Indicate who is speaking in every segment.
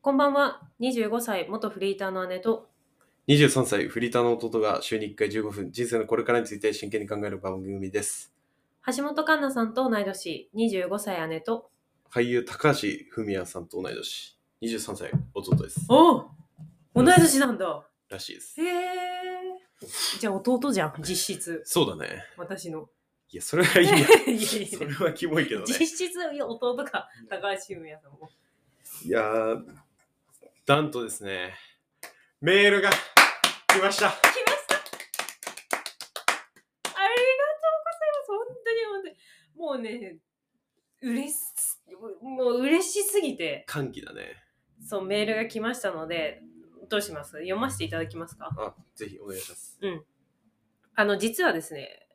Speaker 1: こんばんは。25歳、元フリーターの姉と、
Speaker 2: 23歳、フリーターの弟が週に1回15分、人生のこれからについて真剣に考える番組です。
Speaker 1: 橋本環奈さんと同い年、25歳姉と、
Speaker 2: 俳優、高橋文也さんと同い年、23歳、弟です。
Speaker 1: お同い年なんだ。
Speaker 2: らしいです。
Speaker 1: へえ。じゃあ弟じゃん、実質。
Speaker 2: そうだね。
Speaker 1: 私の。
Speaker 2: いや、それはいい
Speaker 1: いやいやいや
Speaker 2: や。それはキモいけどね。
Speaker 1: 実質、いや弟か、高橋優也さんも。
Speaker 2: いやー、なんとですね、メールが来
Speaker 1: 来ま
Speaker 2: ました。
Speaker 1: したありがとうございます。本当に本当に。もうね、嬉し、もう嬉しすぎて。
Speaker 2: 歓喜だね。
Speaker 1: そう、メールが来ましたので、どうします読ませていただきますか
Speaker 2: あ、ぜひお願いします。
Speaker 1: あの、実はですね、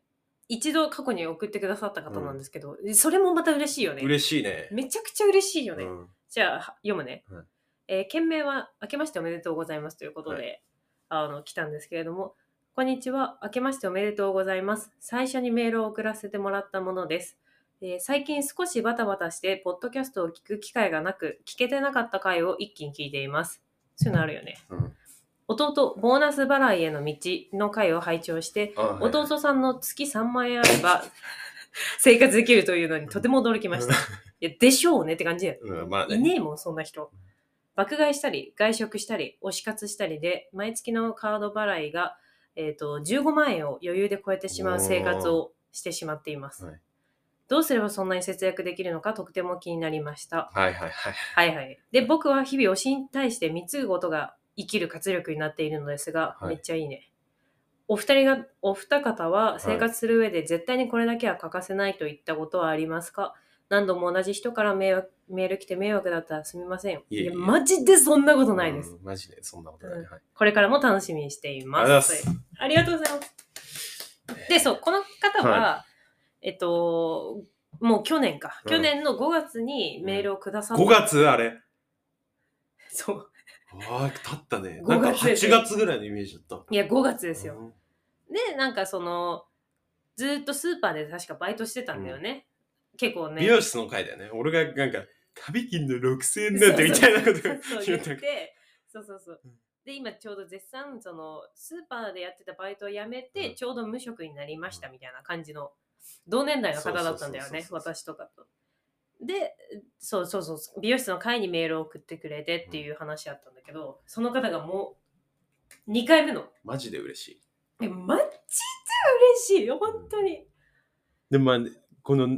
Speaker 1: 一度過去に送ってくださった方なんですけど、それもまた嬉しいよね。
Speaker 2: 嬉しいね。
Speaker 1: めちゃくちゃ嬉しいよね。
Speaker 2: うん
Speaker 1: じゃあ、は読むね。
Speaker 2: はい
Speaker 1: えー件名は、明けましておめでとうございますということで、
Speaker 2: は
Speaker 1: あの、来たんですけれども、こんにちは。明けましておめでとうございます。最初にメールを送らせてもらったものです。えー最近少しバタバタして、ポッドキャストを聞く機会がなく、聞けてなかった回を一気に聞いています。そういうのあるよね。
Speaker 2: うん
Speaker 1: 弟、ボーナス払いへの道の回を拝聴して、
Speaker 2: あはい
Speaker 1: 弟さんの月3万円あれば 生活できるというのにとても驚きました。いや、でしょうねって感じだよ。
Speaker 2: うん、まあ
Speaker 1: い
Speaker 2: ね。
Speaker 1: ねえもん、そんな人。爆買いしたり、外食したり、推し活したりで、毎月のカード払いが、えっと15万円を余裕で超えてしまう生活をしてしまっています。
Speaker 2: はい
Speaker 1: どうすればそんなに節約できるのかとても気になりました。
Speaker 2: はいはいはい。
Speaker 1: はいはい。で、僕は日々推しに対して貢ぐことが生きる活力になっているのですが、
Speaker 2: はい
Speaker 1: めっちゃいいね。お二人が、お二方は生活する上で絶対にこれだけは欠かせないといったことはありますか、何度も同じ人から迷惑メール来て迷惑だったらすみません。
Speaker 2: いえいえ
Speaker 1: や、マジでそんなことないです。
Speaker 2: うん。マジで、そんなことない。
Speaker 1: うん
Speaker 2: はい
Speaker 1: これからも楽しみにしてい
Speaker 2: あ
Speaker 1: ます。
Speaker 2: りがとうございます。
Speaker 1: ありがとうございます。で、そう、この方は、えっと、もう去年か。
Speaker 2: うん
Speaker 1: 去年の5月にメールをくださった。
Speaker 2: 5月あれ
Speaker 1: そう。
Speaker 2: ああ、経ったね。
Speaker 1: 5
Speaker 2: なんか
Speaker 1: 月です
Speaker 2: 8月ぐらいのイメージだった。
Speaker 1: いや、5月ですよ。
Speaker 2: うん。
Speaker 1: でなんかそのずーっとスーパーで確かバイトしてたんだよね、結構ね
Speaker 2: 美容室の回だよね。俺がなんか、旅金の6000円
Speaker 1: そう
Speaker 2: なんてみたいなこ と
Speaker 1: そう
Speaker 2: 言
Speaker 1: 言っ
Speaker 2: った
Speaker 1: て
Speaker 2: けど
Speaker 1: そうそうそう
Speaker 2: うん
Speaker 1: で今ちょうど絶賛そのスーパーでやってたバイトを辞めて、
Speaker 2: うん
Speaker 1: ちょうど無職になりましたみたいな感じの同年代の方だったんだよね
Speaker 2: そうそうそう
Speaker 1: 私とかと。でそうそうそう美容室の会にメールを送ってくれてっていう話あったんだけど、その方がもう2回目の
Speaker 2: マジで嬉しい。
Speaker 1: えマジで嬉しいよ本当に
Speaker 2: でもまあ、この、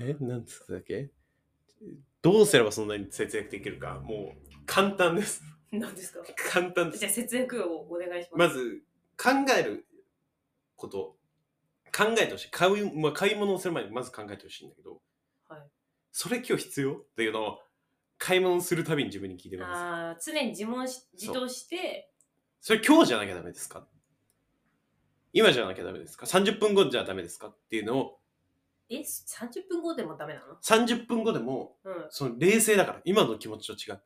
Speaker 2: え、なんつったっけどうすればそんなに節約できるか。もう、簡単です。
Speaker 1: 何ですか
Speaker 2: 簡単で
Speaker 1: じゃ
Speaker 2: す
Speaker 1: あ。節約をお願いします。
Speaker 2: まず、考えること。考えてほしい。買う、まあ、買い物をする前にまず考えてほしいんだけど、
Speaker 1: はい、
Speaker 2: それ今日必要っていうのを、買い物するたびに自分に聞いてください。
Speaker 1: あー常に自問し自答して
Speaker 2: それ今日じゃなきゃダメですか今じゃなきゃダメですか ?30 分後じゃダメですかっていうのを
Speaker 1: え30分後でもダメなの
Speaker 2: 30分後でも
Speaker 1: うん
Speaker 2: その冷静だから今の気持ちと違う。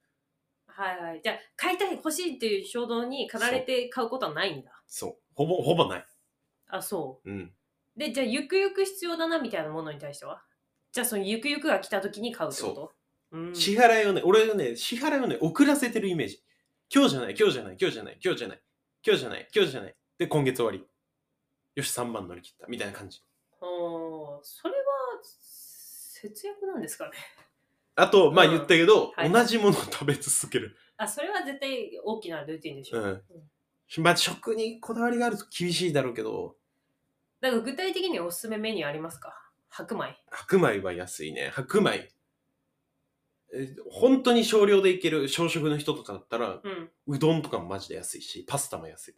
Speaker 1: はいはいじゃあ買いたい欲しいっていう衝動に駆られて買うことはないんだ
Speaker 2: そう。ほぼ、ほぼない。
Speaker 1: あそ
Speaker 2: うん。
Speaker 1: うでじゃあゆくゆく必要だなみたいなものに対してはじゃあそのゆくゆくが来た時に買うってことうん
Speaker 2: 支払いをね、俺がね、支払いをね、遅らせてるイメージ。今日じゃない、今日じゃない、今日じゃない、今日じゃない、今日じゃない、今日じゃない。で、今月終わり。よし、3万乗り切った。みたいな感じ。
Speaker 1: おーそれは節約なんですかね
Speaker 2: あと、まあ
Speaker 1: うん
Speaker 2: 言ったけど、
Speaker 1: はい
Speaker 2: 同じものを食べ続け る。
Speaker 1: あそれは絶対大きなルーティンでしょ、
Speaker 2: うん。まあ食にこだわりがあると厳しいだろうけど、
Speaker 1: だから具体的におすすめメニューありますか白米
Speaker 2: 白米は安いね。白米。え本当に少量でいける小食の人とかだったら、
Speaker 1: うん
Speaker 2: うどんとかもマジで安いし、パスタも安い。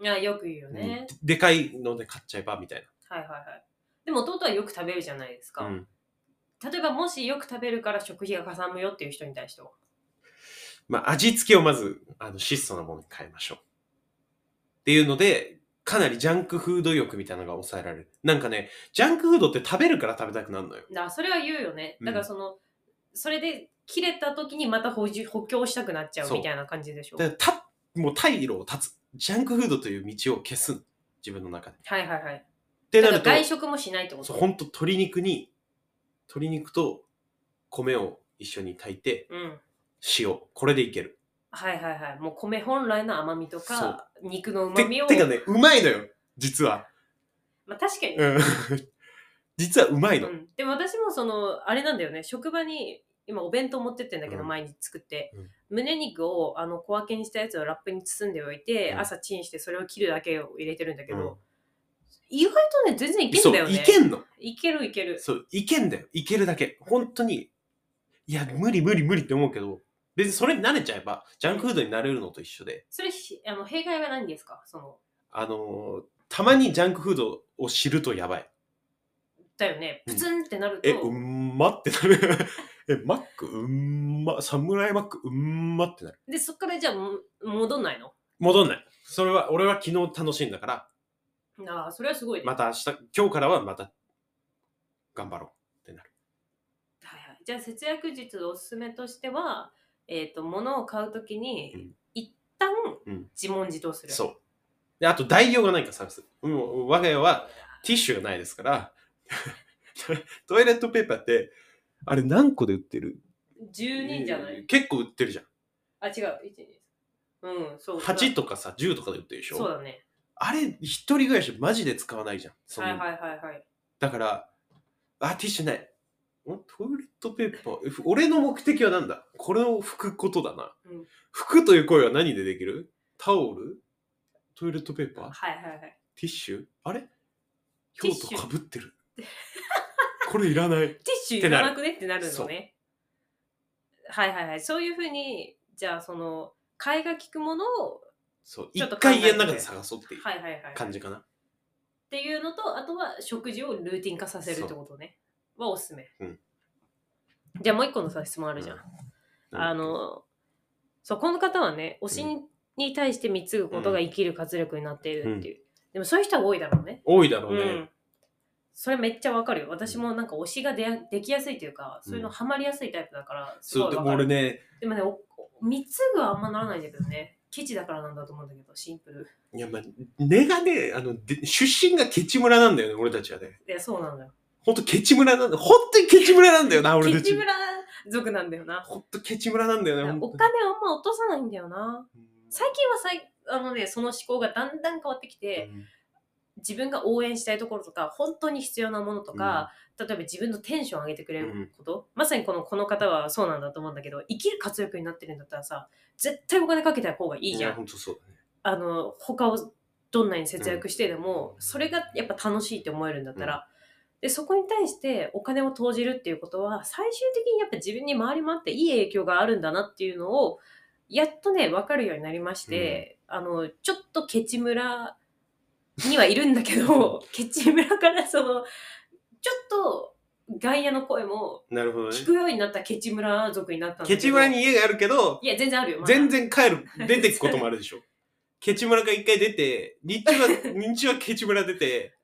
Speaker 1: いやよく言うよ
Speaker 2: うん
Speaker 1: ね
Speaker 2: で、でかいので買っちゃえばみたい
Speaker 1: はいはいはい。でも弟はよく食べるじゃないですか。
Speaker 2: な。うん。
Speaker 1: 例えばもしよく食べるから食費がかさむよっていう人に対しては。
Speaker 2: まあ味付けをまず、あの、質素なものに変えましょう。っていうので、かなりジャンクフード欲みたいなのが抑えられる。なんかね、ジャンクフードって食べるから食べたくなるのよ。
Speaker 1: だからそれは言うよね。
Speaker 2: うん
Speaker 1: だからその、それで切れた時にまた補充補強したくなっちゃう
Speaker 2: そう
Speaker 1: みたいな感じでしょ。
Speaker 2: だからた、もう退路を断つ。ジャンクフードという道を消すの。自分の中で。っ
Speaker 1: はいはいはい。
Speaker 2: て
Speaker 1: だ
Speaker 2: な
Speaker 1: から
Speaker 2: る
Speaker 1: 外
Speaker 2: と、
Speaker 1: 食もしないってこ
Speaker 2: そ
Speaker 1: と。
Speaker 2: う、ほんと鶏肉に、鶏肉と米を一緒に炊いて、
Speaker 1: うん。
Speaker 2: 塩。これでいける。
Speaker 1: はいはいはい。もう米本来の甘みとか、肉の
Speaker 2: て
Speaker 1: 旨みを。
Speaker 2: てかね、うまいのよ。実は。
Speaker 1: まあ確かに。
Speaker 2: うん 実はうまいうの。
Speaker 1: ん、でも私もそのあれなんだよね職場に今お弁当持ってってんだけど、
Speaker 2: うん
Speaker 1: 毎日作って、
Speaker 2: うん
Speaker 1: 胸肉をあの小分けにしたやつをラップに包んでおいて、
Speaker 2: うん
Speaker 1: 朝チンしてそれを切るだけを入れてるんだけど、
Speaker 2: うん
Speaker 1: 意外とね全然いけん
Speaker 2: そう
Speaker 1: だよね
Speaker 2: いけんの。
Speaker 1: いけるいける
Speaker 2: そう、いけんだよ。いけるだけ。本当に、いや、無理無理無理って思うけど、別にそれに慣れちゃえば、ジャンクフードになれるのと一緒で、
Speaker 1: それひあの弊害はないんですかその
Speaker 2: あのーたまにジャンクフードを知るとやばい。
Speaker 1: だよね
Speaker 2: う
Speaker 1: プ
Speaker 2: ん
Speaker 1: ツンってなると、
Speaker 2: え、うんまってなる。 え、マックうんま、サムライマックうんまってなる。
Speaker 1: でそっからじゃあも戻んないの
Speaker 2: 戻んない。それは、俺は昨日楽しんだから、
Speaker 1: ああそれはすごいね、
Speaker 2: また明日、今日からはまた、頑張ろ
Speaker 1: はいはい、じゃあ節約術のおすすめとしては、えっと物を買うときに、
Speaker 2: うん
Speaker 1: 一旦
Speaker 2: うん
Speaker 1: 自問自答す
Speaker 2: う。
Speaker 1: る、
Speaker 2: そう。で、あと、代用がないから、サービス。もう、我が家は、ティッシュがないですから、 トイレットペーパーって、あれ何個で売ってる
Speaker 1: 12じゃない、
Speaker 2: 結構売ってるじゃん。
Speaker 1: あ、違う。1、2。うん、そう。
Speaker 2: 8とかさ、10とかで売ってるでし
Speaker 1: そう
Speaker 2: ょ
Speaker 1: だね。
Speaker 2: あれ、一人暮らしマジで使わないじゃん。そ
Speaker 1: はい
Speaker 2: の
Speaker 1: はいはいはい。
Speaker 2: だから、あ、ティッシュない。んトイレットペーパーえふ俺の目的は何だこれを拭くことだな。
Speaker 1: うん
Speaker 2: 拭くという声は何でできるタオルトイレットペーパー
Speaker 1: はいはいはい。
Speaker 2: ティッシュあれ
Speaker 1: ティッ
Speaker 2: 用
Speaker 1: シュ
Speaker 2: とかぶってる。これいらない
Speaker 1: テ。ィッシュいらなくねってなるのね。はいはいはい。そういうふうに、じゃあその、買いが利くものを、
Speaker 2: そう、
Speaker 1: ちょっ
Speaker 2: 一
Speaker 1: と考えて
Speaker 2: 回家の中で探そうっていう
Speaker 1: はいはいはい。っ
Speaker 2: 感じかな。
Speaker 1: ていうのと、あとは食事をルーティン化させるってことね。はおすすめ。
Speaker 2: うん
Speaker 1: じゃあもう一個のさ質問あるじゃん。あの、そう、この方はね、推しに,、対して貢ぐことが生きる活力になっているっていう。でもそういう人が多いだろうね。
Speaker 2: 多いだろう
Speaker 1: う
Speaker 2: ね。
Speaker 1: ん、それめっちゃわかるよ私もなんか推しがでできやすいというかそういうのハマりやすいタイプだからす
Speaker 2: そ
Speaker 1: ご
Speaker 2: う、
Speaker 1: い
Speaker 2: で
Speaker 1: わ
Speaker 2: も
Speaker 1: かる
Speaker 2: 俺ね、
Speaker 1: でもねおお貢ぐはあんまならないんだけどねケチだからなんだと思うんだけどシンプル
Speaker 2: いや、まあ、根がね、あの、で出身がケチ村なんだよね、俺たちはね。
Speaker 1: いやそうなんだよ
Speaker 2: ほんとケチ村なんだよ。ほんとにケチ村なんだよな、俺
Speaker 1: ケ
Speaker 2: た
Speaker 1: チ
Speaker 2: ち。
Speaker 1: 村族なんだよな
Speaker 2: ほんとケチ村なんだよね、ほんと
Speaker 1: お
Speaker 2: に
Speaker 1: 金あんま落とさないんだよな最近はさいあのねその思考がだんだん変わってきて
Speaker 2: うん
Speaker 1: 自分が応援したいところとか本当に必要なものとか、例えば自分のテンション上げてくれること、まさにこのこの方はそうなんだと思うんだけど生きる活力になってるんだったらさ絶対お金かけた方がいいじゃ
Speaker 2: や
Speaker 1: ん
Speaker 2: ほんとそうだね。
Speaker 1: あの他をどんなに節約してでも、それがやっぱ楽しいって思えるんだったら、でそこに対してお金を投じるっていうことは最終的にやっぱ自分に回り回っていい影響があるんだなっていうのをやっとね分かるようになりまして、あのちょっとケチ村にはいるんだけ どケチ村からそのちょっと外野の声も
Speaker 2: なるほどね
Speaker 1: 聞。くようになったケチ村族になったんだけ
Speaker 2: ケ
Speaker 1: ど
Speaker 2: チ村に家があるけど、
Speaker 1: いや全然あるよ、まだ
Speaker 2: 全然帰る、出てくこともあるでしょ。ケチ村が一回出て、日中は、日中はケチ村出て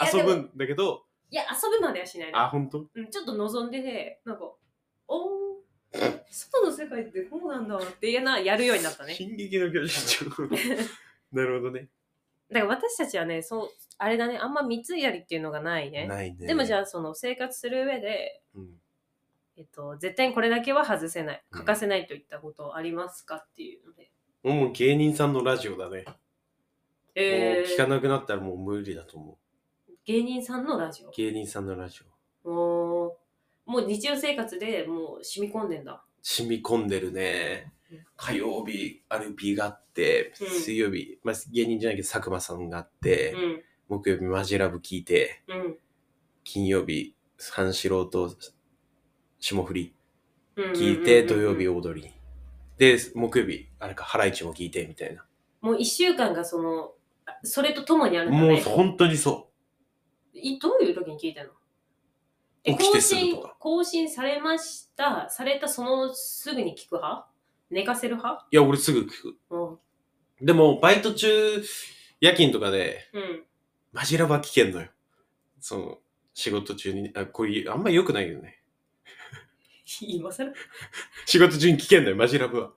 Speaker 1: いやで
Speaker 2: 遊
Speaker 1: も
Speaker 2: ぶんだけど、
Speaker 1: いや遊ぶまではしないの
Speaker 2: あ、ほんと
Speaker 1: うん、ちょっと望んでて、なんか、おー、外の世界ってこうなんだっていうのはやるようになった ね。
Speaker 2: 進撃の巨人。 なるほどね。
Speaker 1: だから私たちはね、そう、あれだね、あんま貢いだりっていうのがないね。
Speaker 2: ないね。
Speaker 1: でもじ
Speaker 2: ゃ
Speaker 1: ゃあ、その生活する上で、
Speaker 2: うん
Speaker 1: えっと、絶対にこれだけは外せない、
Speaker 2: うん
Speaker 1: 欠かせないといったことありますかっていうので。
Speaker 2: もう芸人さんのラジオだね。も
Speaker 1: え
Speaker 2: う聞か
Speaker 1: ー、
Speaker 2: なくなったらもう無理だと思
Speaker 1: 芸人さんのラジ
Speaker 2: う。芸人さんのラジオ。
Speaker 1: オ。おーもう日常生活でもう染み込んでんだ。
Speaker 2: 染み込んでるね
Speaker 1: うん。
Speaker 2: 火曜日、アルピーがあって、
Speaker 1: うん
Speaker 2: 水曜日、まあ、芸人じゃないけど佐久間さんがあっ
Speaker 1: う
Speaker 2: て、
Speaker 1: ん、
Speaker 2: 木曜日マジラブ聞いて、
Speaker 1: うん、
Speaker 2: 金曜日、三四郎と霜降り
Speaker 1: うん。
Speaker 2: 聞いて、
Speaker 1: うん
Speaker 2: 土
Speaker 1: うんうんう
Speaker 2: 曜
Speaker 1: ん
Speaker 2: 日オードリー。で、木曜日、あれか、ハライチも聞いて、みたいな。
Speaker 1: もう一週間がその、あそれとともにあるんだね。
Speaker 2: もう本当にそ
Speaker 1: いどういう時に聞いたのえ
Speaker 2: 起きてすぐとか
Speaker 1: 更新更新されましたされたそのすぐに聞く派寝かせる派
Speaker 2: う。いや、俺すぐ聞く。
Speaker 1: うん、うん、
Speaker 2: でも、バイト中、夜勤とかで、マジラバ聞けんのよ。その、仕事中に、あ、こういう、あんま良くないよね。
Speaker 1: 今更
Speaker 2: 仕事中に聞けんのよ、マジラブは。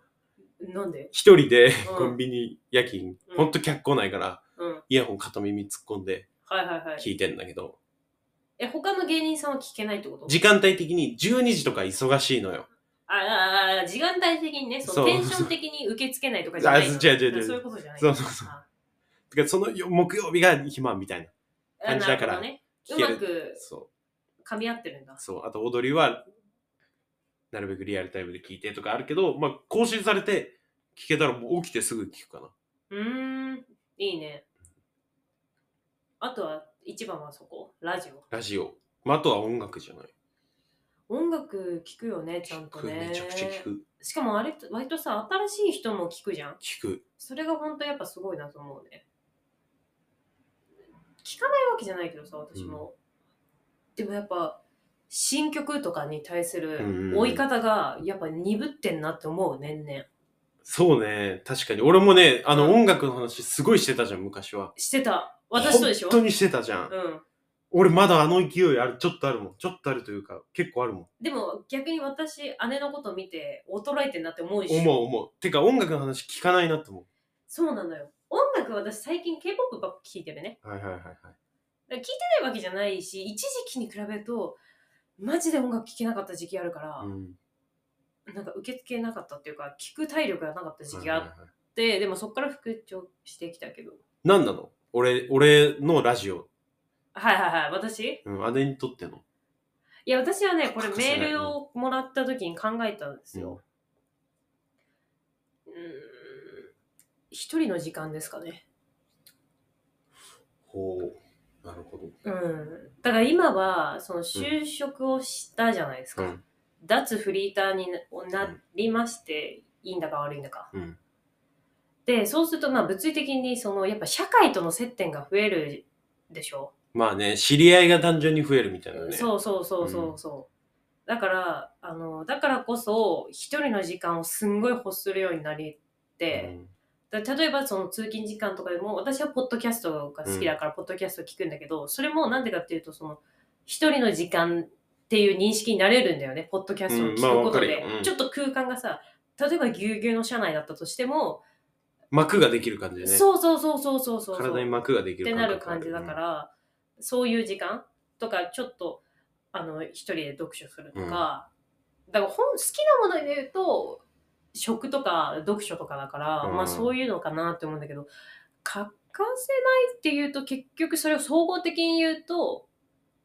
Speaker 1: なんで
Speaker 2: 一人で、
Speaker 1: うん
Speaker 2: コンビニ夜勤、
Speaker 1: うん
Speaker 2: ほんと客来ないから、
Speaker 1: うん
Speaker 2: イヤホン片耳突っ込んで
Speaker 1: はいはいはい
Speaker 2: 聞いてんだけど、
Speaker 1: え他の芸人さんは聞けないってこと
Speaker 2: 時間帯的に12時とか忙しいのよ。
Speaker 1: ああああ時間帯的にね、そ
Speaker 2: そう
Speaker 1: のテンション的に受け付けないとかじゃな
Speaker 2: あ、
Speaker 1: いの。
Speaker 2: そう違う違う
Speaker 1: そうい
Speaker 2: 違
Speaker 1: う
Speaker 2: う。
Speaker 1: ことじゃない
Speaker 2: そうそうそう
Speaker 1: あ
Speaker 2: てかそのよ木曜日が暇みたいな。
Speaker 1: あ
Speaker 2: 感じだか
Speaker 1: な
Speaker 2: ら
Speaker 1: るほどね
Speaker 2: 聞
Speaker 1: う
Speaker 2: け
Speaker 1: ま
Speaker 2: る
Speaker 1: く
Speaker 2: そ
Speaker 1: 噛み合ってるんだ
Speaker 2: う。。そう。あと踊りは、なるべくリアルタイムで聞いてとかあるけど、まあ、更新されて聞けたらもう起きてすぐ聞くかな。
Speaker 1: うーん、いいね。あとは、一番はそこラジオ。
Speaker 2: ラジオ。まあ、あとは音楽じゃない。
Speaker 1: 音楽聞くよね、ちゃんと
Speaker 2: 聞く
Speaker 1: ね。
Speaker 2: めちゃくちゃ聞く。
Speaker 1: しかもあれ、割とさ、新しい人も聞くじゃん。
Speaker 2: 聞く。
Speaker 1: それが本当やっぱすごいなと思うね。聞かないわけじゃないけどさ、私も。でもやっぱ、新曲とかに対す
Speaker 2: うん
Speaker 1: る追い方がやっぱ鈍ってんなって思う、年々。
Speaker 2: そうね。確かに。俺もね、あの
Speaker 1: うん
Speaker 2: 音楽の話すごいしてたじゃん、昔は。
Speaker 1: してた。私とでしょ
Speaker 2: 本当にしてたじゃん。
Speaker 1: うん。
Speaker 2: 俺まだあの勢いある、ちょっとあるもん。ちょっとあるというか、結構あるもん。
Speaker 1: でも逆に私、姉のこと見て衰えてんなって思うし。
Speaker 2: 思う思う。てか音楽の話聞かないなって思
Speaker 1: そうなのよ。音楽私最近 K-POP ばっか聴いてるね。
Speaker 2: う。はいはいはいはい。
Speaker 1: だから聞いてないわけじゃないし、一時期に比べると、マジで音楽聴けなかった時期あるから、
Speaker 2: うん。
Speaker 1: なんか受け付けなかったっていうか、聞く体力がなかった時期があ
Speaker 2: はい
Speaker 1: っ
Speaker 2: はいはい
Speaker 1: て、でもそこから復調してきたけど。
Speaker 2: 何なの俺、俺のラジオ。
Speaker 1: はいはいはい、私
Speaker 2: うん、姉にとっての。
Speaker 1: いや、私はね、これ
Speaker 2: 欠かせ
Speaker 1: メ
Speaker 2: ない
Speaker 1: ールをもらった時に考えたんですよ。うーん、一人の時間ですかね。
Speaker 2: ほう。なるほど。
Speaker 1: うん。だから今は、その就職をしたじゃないですか。
Speaker 2: うん
Speaker 1: 脱フリーターにななりまして、いいんだか悪いんだか。
Speaker 2: うん。
Speaker 1: で、そうすると、まあ物理的に、その、やっぱ社会との接点が増えるでしょ
Speaker 2: まあね、知り合いが単純に増えるみたいなね。
Speaker 1: そうそうそうそうそう、だからあのだからこそ一人の時間をすんごい欲するようになりって、だ例えばその通勤時間とかでも私はポッドキャストが好きだからポッドキャスト聞くんだけど、それもなんでかっていうとその一人の時間っていう認識になれるんだよねポッドキャストを聞くことで、
Speaker 2: うんまあわかるようん
Speaker 1: ちょっと空間がさ例えばぎゅうぎゅうの車内だったとしても、
Speaker 2: 膜ができる感じでね。
Speaker 1: そうそうそうそうそうそう
Speaker 2: 体に膜ができ
Speaker 1: っ
Speaker 2: る
Speaker 1: て
Speaker 2: 感
Speaker 1: な
Speaker 2: 覚
Speaker 1: る感じだか。ら、そういう時間とかちょっとあの一人で読書するとか、だから本好きなもので言うと食とか読書とかだから、
Speaker 2: うん
Speaker 1: まあそういうのかなって思うんだけど欠かせないっていうと結局それを総合的に言うと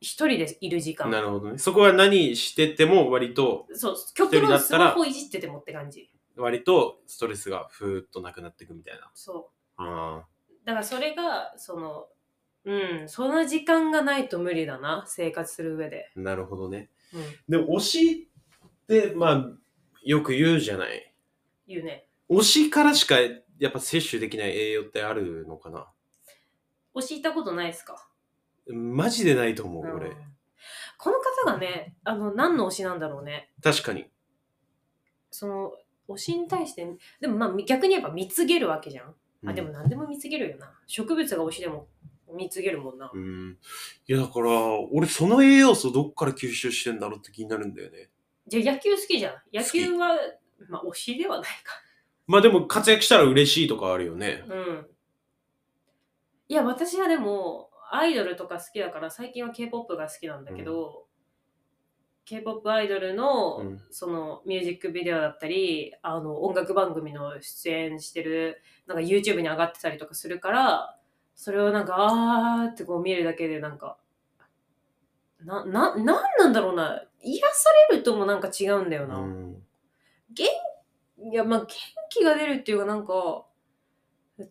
Speaker 1: 一人でいる時
Speaker 2: うん
Speaker 1: 間
Speaker 2: なるほどね。そこは何してても割と、
Speaker 1: そう
Speaker 2: 人
Speaker 1: 極
Speaker 2: だ
Speaker 1: 論
Speaker 2: っ
Speaker 1: ス
Speaker 2: たら
Speaker 1: マホいじっててもって感じ
Speaker 2: 割とストレスがふーっとなくなっていくみたいな。
Speaker 1: そ
Speaker 2: あ
Speaker 1: うだからそれがそのうんそんな時間がないと無理だな生活する上で、
Speaker 2: あ、なるほどね。
Speaker 1: うん、
Speaker 2: で、推しって、まあ、よく言うじゃない。
Speaker 1: 言うね
Speaker 2: 推しからしかやっぱ摂取できない栄養ってあるのかな
Speaker 1: 推し行ったことないですか
Speaker 2: マジでないと思う、
Speaker 1: うん
Speaker 2: 俺。
Speaker 1: この方がねあの何の推しなんだろうね
Speaker 2: 確かに。
Speaker 1: その推しに対してでもまあ逆に言えば貢げるわけじゃん、
Speaker 2: う
Speaker 1: あ
Speaker 2: ん
Speaker 1: でも何でも貢げるよな植物が推しでも貢げるもんな、
Speaker 2: うん。いや、だから、俺その栄養素どっから吸収してんだろうって気になるんだよね。
Speaker 1: じゃあ野球好きじゃん野球はまあ推しではない
Speaker 2: まあでも活躍したら嬉しいとかあるよね。
Speaker 1: かうんいや私はでもアイドルとか好きだから最近は k p o p が好きなんだけど、k p o p アイドルの、
Speaker 2: うん
Speaker 1: そのミュージックビデオだったりあの音楽番組の出演してるなんか YouTube に上がってたりとかするからそれをなんかあーってこう見るだけでなんかなななんなんだろうな癒されるともなんか違うんだよな、
Speaker 2: うん
Speaker 1: いやまあ元気が出るっていうかなんか逃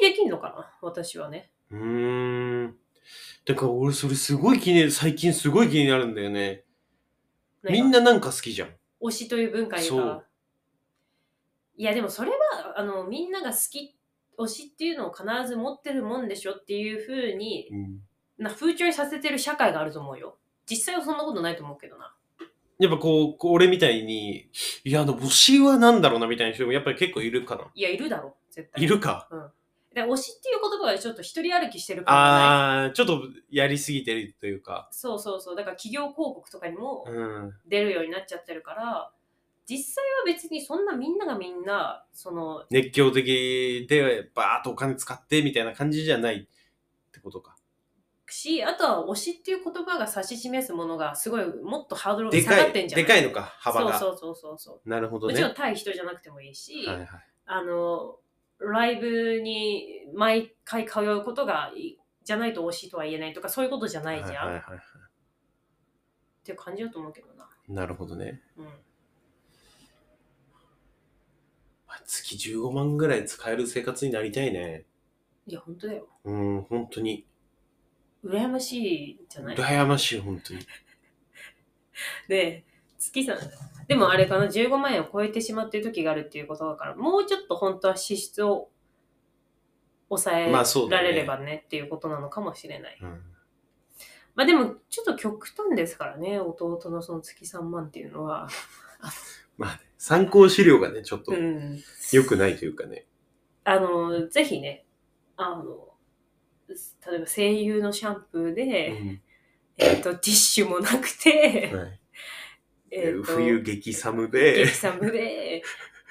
Speaker 1: 避できんのかな私はね
Speaker 2: うーん。だから俺それすごい気になる、最近すごい気になるんだよね。みん
Speaker 1: な
Speaker 2: ななんか好きじゃん。
Speaker 1: 推しという文化に
Speaker 2: そ
Speaker 1: か
Speaker 2: う
Speaker 1: いやでもそれはあのみんなが好き推しっていうのを必ず持ってるもんでしょっていうふうに
Speaker 2: うん
Speaker 1: な風潮にさせてる社会があると思うよ。実際はそんなことないと思うけどな。
Speaker 2: やっぱこう、こう俺みたいに、いや、あの、推しはなんだろうなみたいな人もやっぱり結構いるかな。
Speaker 1: いや、いるだろ、絶対。
Speaker 2: いるか。
Speaker 1: で推しっていう言葉がちょっと一人歩きしてるからね。
Speaker 2: あー、ちょっとやりすぎてるというか。
Speaker 1: そうそうそう。だから企業広告とかにも
Speaker 2: うん。
Speaker 1: 出るようになっちゃってるから、実際は別にそんなみんながみんな、その、
Speaker 2: 熱狂的で、バーっとお金使ってみたいな感じじゃないってことか。
Speaker 1: し、あとは推しっていう言葉が指し示すものがすごいもっとハードルが
Speaker 2: で
Speaker 1: 下が
Speaker 2: か
Speaker 1: ってん
Speaker 2: い、
Speaker 1: じゃな
Speaker 2: で
Speaker 1: い
Speaker 2: かいのか、幅が。
Speaker 1: そうそうそうそう。
Speaker 2: なるほど
Speaker 1: も
Speaker 2: ね。
Speaker 1: ちろん対人じゃなくてもいいし、
Speaker 2: はいはい。
Speaker 1: あの、ライブに毎回通うことがいい、じゃないと推しとは言えないとか、そういうことじゃないじゃん、
Speaker 2: はいはいはいは
Speaker 1: っていう感じだと思うけどな。
Speaker 2: いなるほどね。
Speaker 1: うん。
Speaker 2: まあ月15万ぐらい使える生活になりたいね。
Speaker 1: いや、本当だよ。
Speaker 2: うん、本当に。
Speaker 1: 羨ましいじゃない
Speaker 2: 羨ましい、本当に。
Speaker 1: で、月さん、でもあれかな、15万円を超えてしまっている時があるっていうことだから、もうちょっと本当は支出を抑え
Speaker 2: まあそうだ
Speaker 1: ら
Speaker 2: ね
Speaker 1: れればねっていうことなのかもしれない。
Speaker 2: うん。
Speaker 1: まあでも、ちょっと極端ですからね、弟のその月3万っていうのは。
Speaker 2: まあね、参考資料がね、ちょっと
Speaker 1: うん。
Speaker 2: 良くないというかね。
Speaker 1: あの、ぜひね、あの、例えば声優のシャンプー
Speaker 2: う
Speaker 1: で、
Speaker 2: ん
Speaker 1: えっ、と、ティッシュもなくて、
Speaker 2: はい
Speaker 1: えっと、
Speaker 2: 冬激寒
Speaker 1: 激
Speaker 2: で、
Speaker 1: 寒で、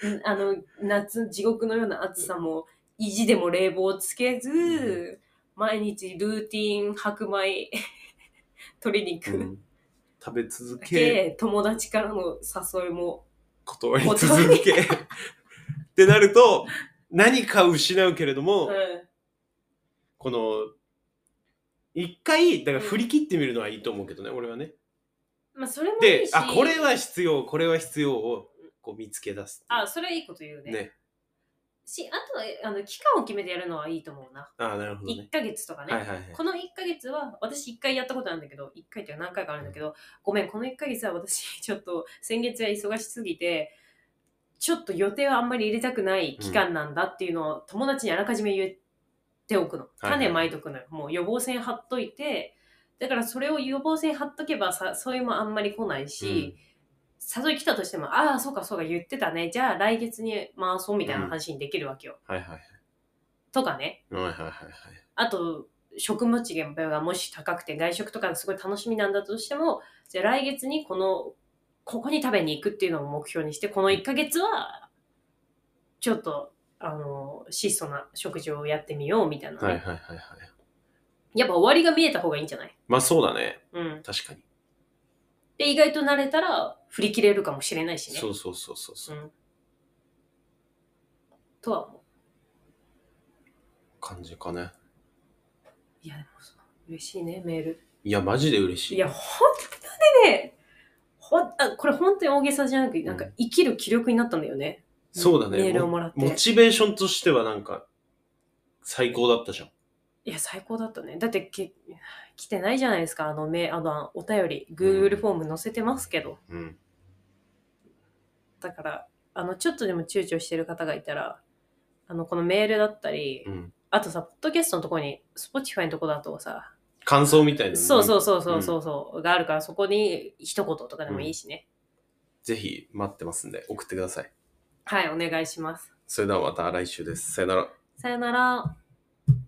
Speaker 1: うんあの、夏、地獄のような暑さも、意地でも冷房つけず、
Speaker 2: う
Speaker 1: 毎日ルーティン白米、鶏
Speaker 2: う
Speaker 1: 肉
Speaker 2: ん食べ続
Speaker 1: だ
Speaker 2: け、
Speaker 1: け、友達からの誘いも、
Speaker 2: 断り続け。ってなると、何か失うけれども、
Speaker 1: うん
Speaker 2: この、一回、だから振り切ってみるのはいいと思うけどね、俺はね。
Speaker 1: まあ、それもい
Speaker 2: で
Speaker 1: いし、、
Speaker 2: あ、これは必要、これは必要をこう見つけ出す。
Speaker 1: あ、それはいいこと言うね。
Speaker 2: ね。
Speaker 1: し、あとは、あの、期間を決めてやるのはいいと思うな。
Speaker 2: あ、なるほどね。
Speaker 1: 1ヶ月とかね。
Speaker 2: はいはいはい。
Speaker 1: この1ヶ月は、私1回やったことあるんだけど、1回っていうか何回かあるんだけど、ごめん、この1ヶ月は私、ちょっと先月は忙しすぎて、ちょっと予定はあんまり入れたくない期間なんだっていうのを友達にあらかじめ言っておくの。
Speaker 2: はいはい
Speaker 1: 種まいとくのよ。もう予防線張っといて、だからそれを予防線張っとけばさ、そういうもあんまり来ないし、誘い来たとしても、ああ、そうかそうか言ってたね。じゃあ来月に回そうみたいな話にできるわけよ。
Speaker 2: はいはいはい。
Speaker 1: とかね。
Speaker 2: はいはいはいはい。
Speaker 1: あと、食物資源がもし高くて外食とかすごい楽しみなんだとしても、じゃあ来月にこの、ここに食べに行くっていうのを目標にして、この1ヶ月は、ちょっと、あの、質素な食事をやってみようみたいな、ね
Speaker 2: はいはいはいはい。
Speaker 1: やっぱ終わりが見えた方がいいんじゃない
Speaker 2: まあそうだね。
Speaker 1: うん。
Speaker 2: 確かに。
Speaker 1: で、意外と慣れたら振り切れるかもしれないしね。
Speaker 2: そうそうそうそうそう。
Speaker 1: うん。とは思う。
Speaker 2: 感じかね。
Speaker 1: いや、でもそう、嬉しいね、メール。
Speaker 2: いや、マジで嬉しい。
Speaker 1: いや、本当にね、ほんあこれ本当に大げさじゃなくて、なんか生きる気力になったんだよね。
Speaker 2: そうだね。
Speaker 1: メールを
Speaker 2: も
Speaker 1: もらって。
Speaker 2: モチベーションとしてはなんか、最高だったじゃん。
Speaker 1: いや、最高だったね。だってけ、来てないじゃないですか、あの、めあのお便り、Google フォーム載せてますけど。
Speaker 2: うん。
Speaker 1: だから、あの、ちょっとでも躊躇してる方がいたら、あの、このメールだったり、
Speaker 2: うん。
Speaker 1: あとさ、ポッドキャストのとこに、Spotify のとこだとさ、
Speaker 2: 感想みたいなのね
Speaker 1: そうそうそうそうそうそう、があるから、そこに一言とかでもいいしね。
Speaker 2: ぜひ待ってますんで、送ってください。
Speaker 1: はい、お願いします。
Speaker 2: それではまた来週です。さよなら。
Speaker 1: さよなら。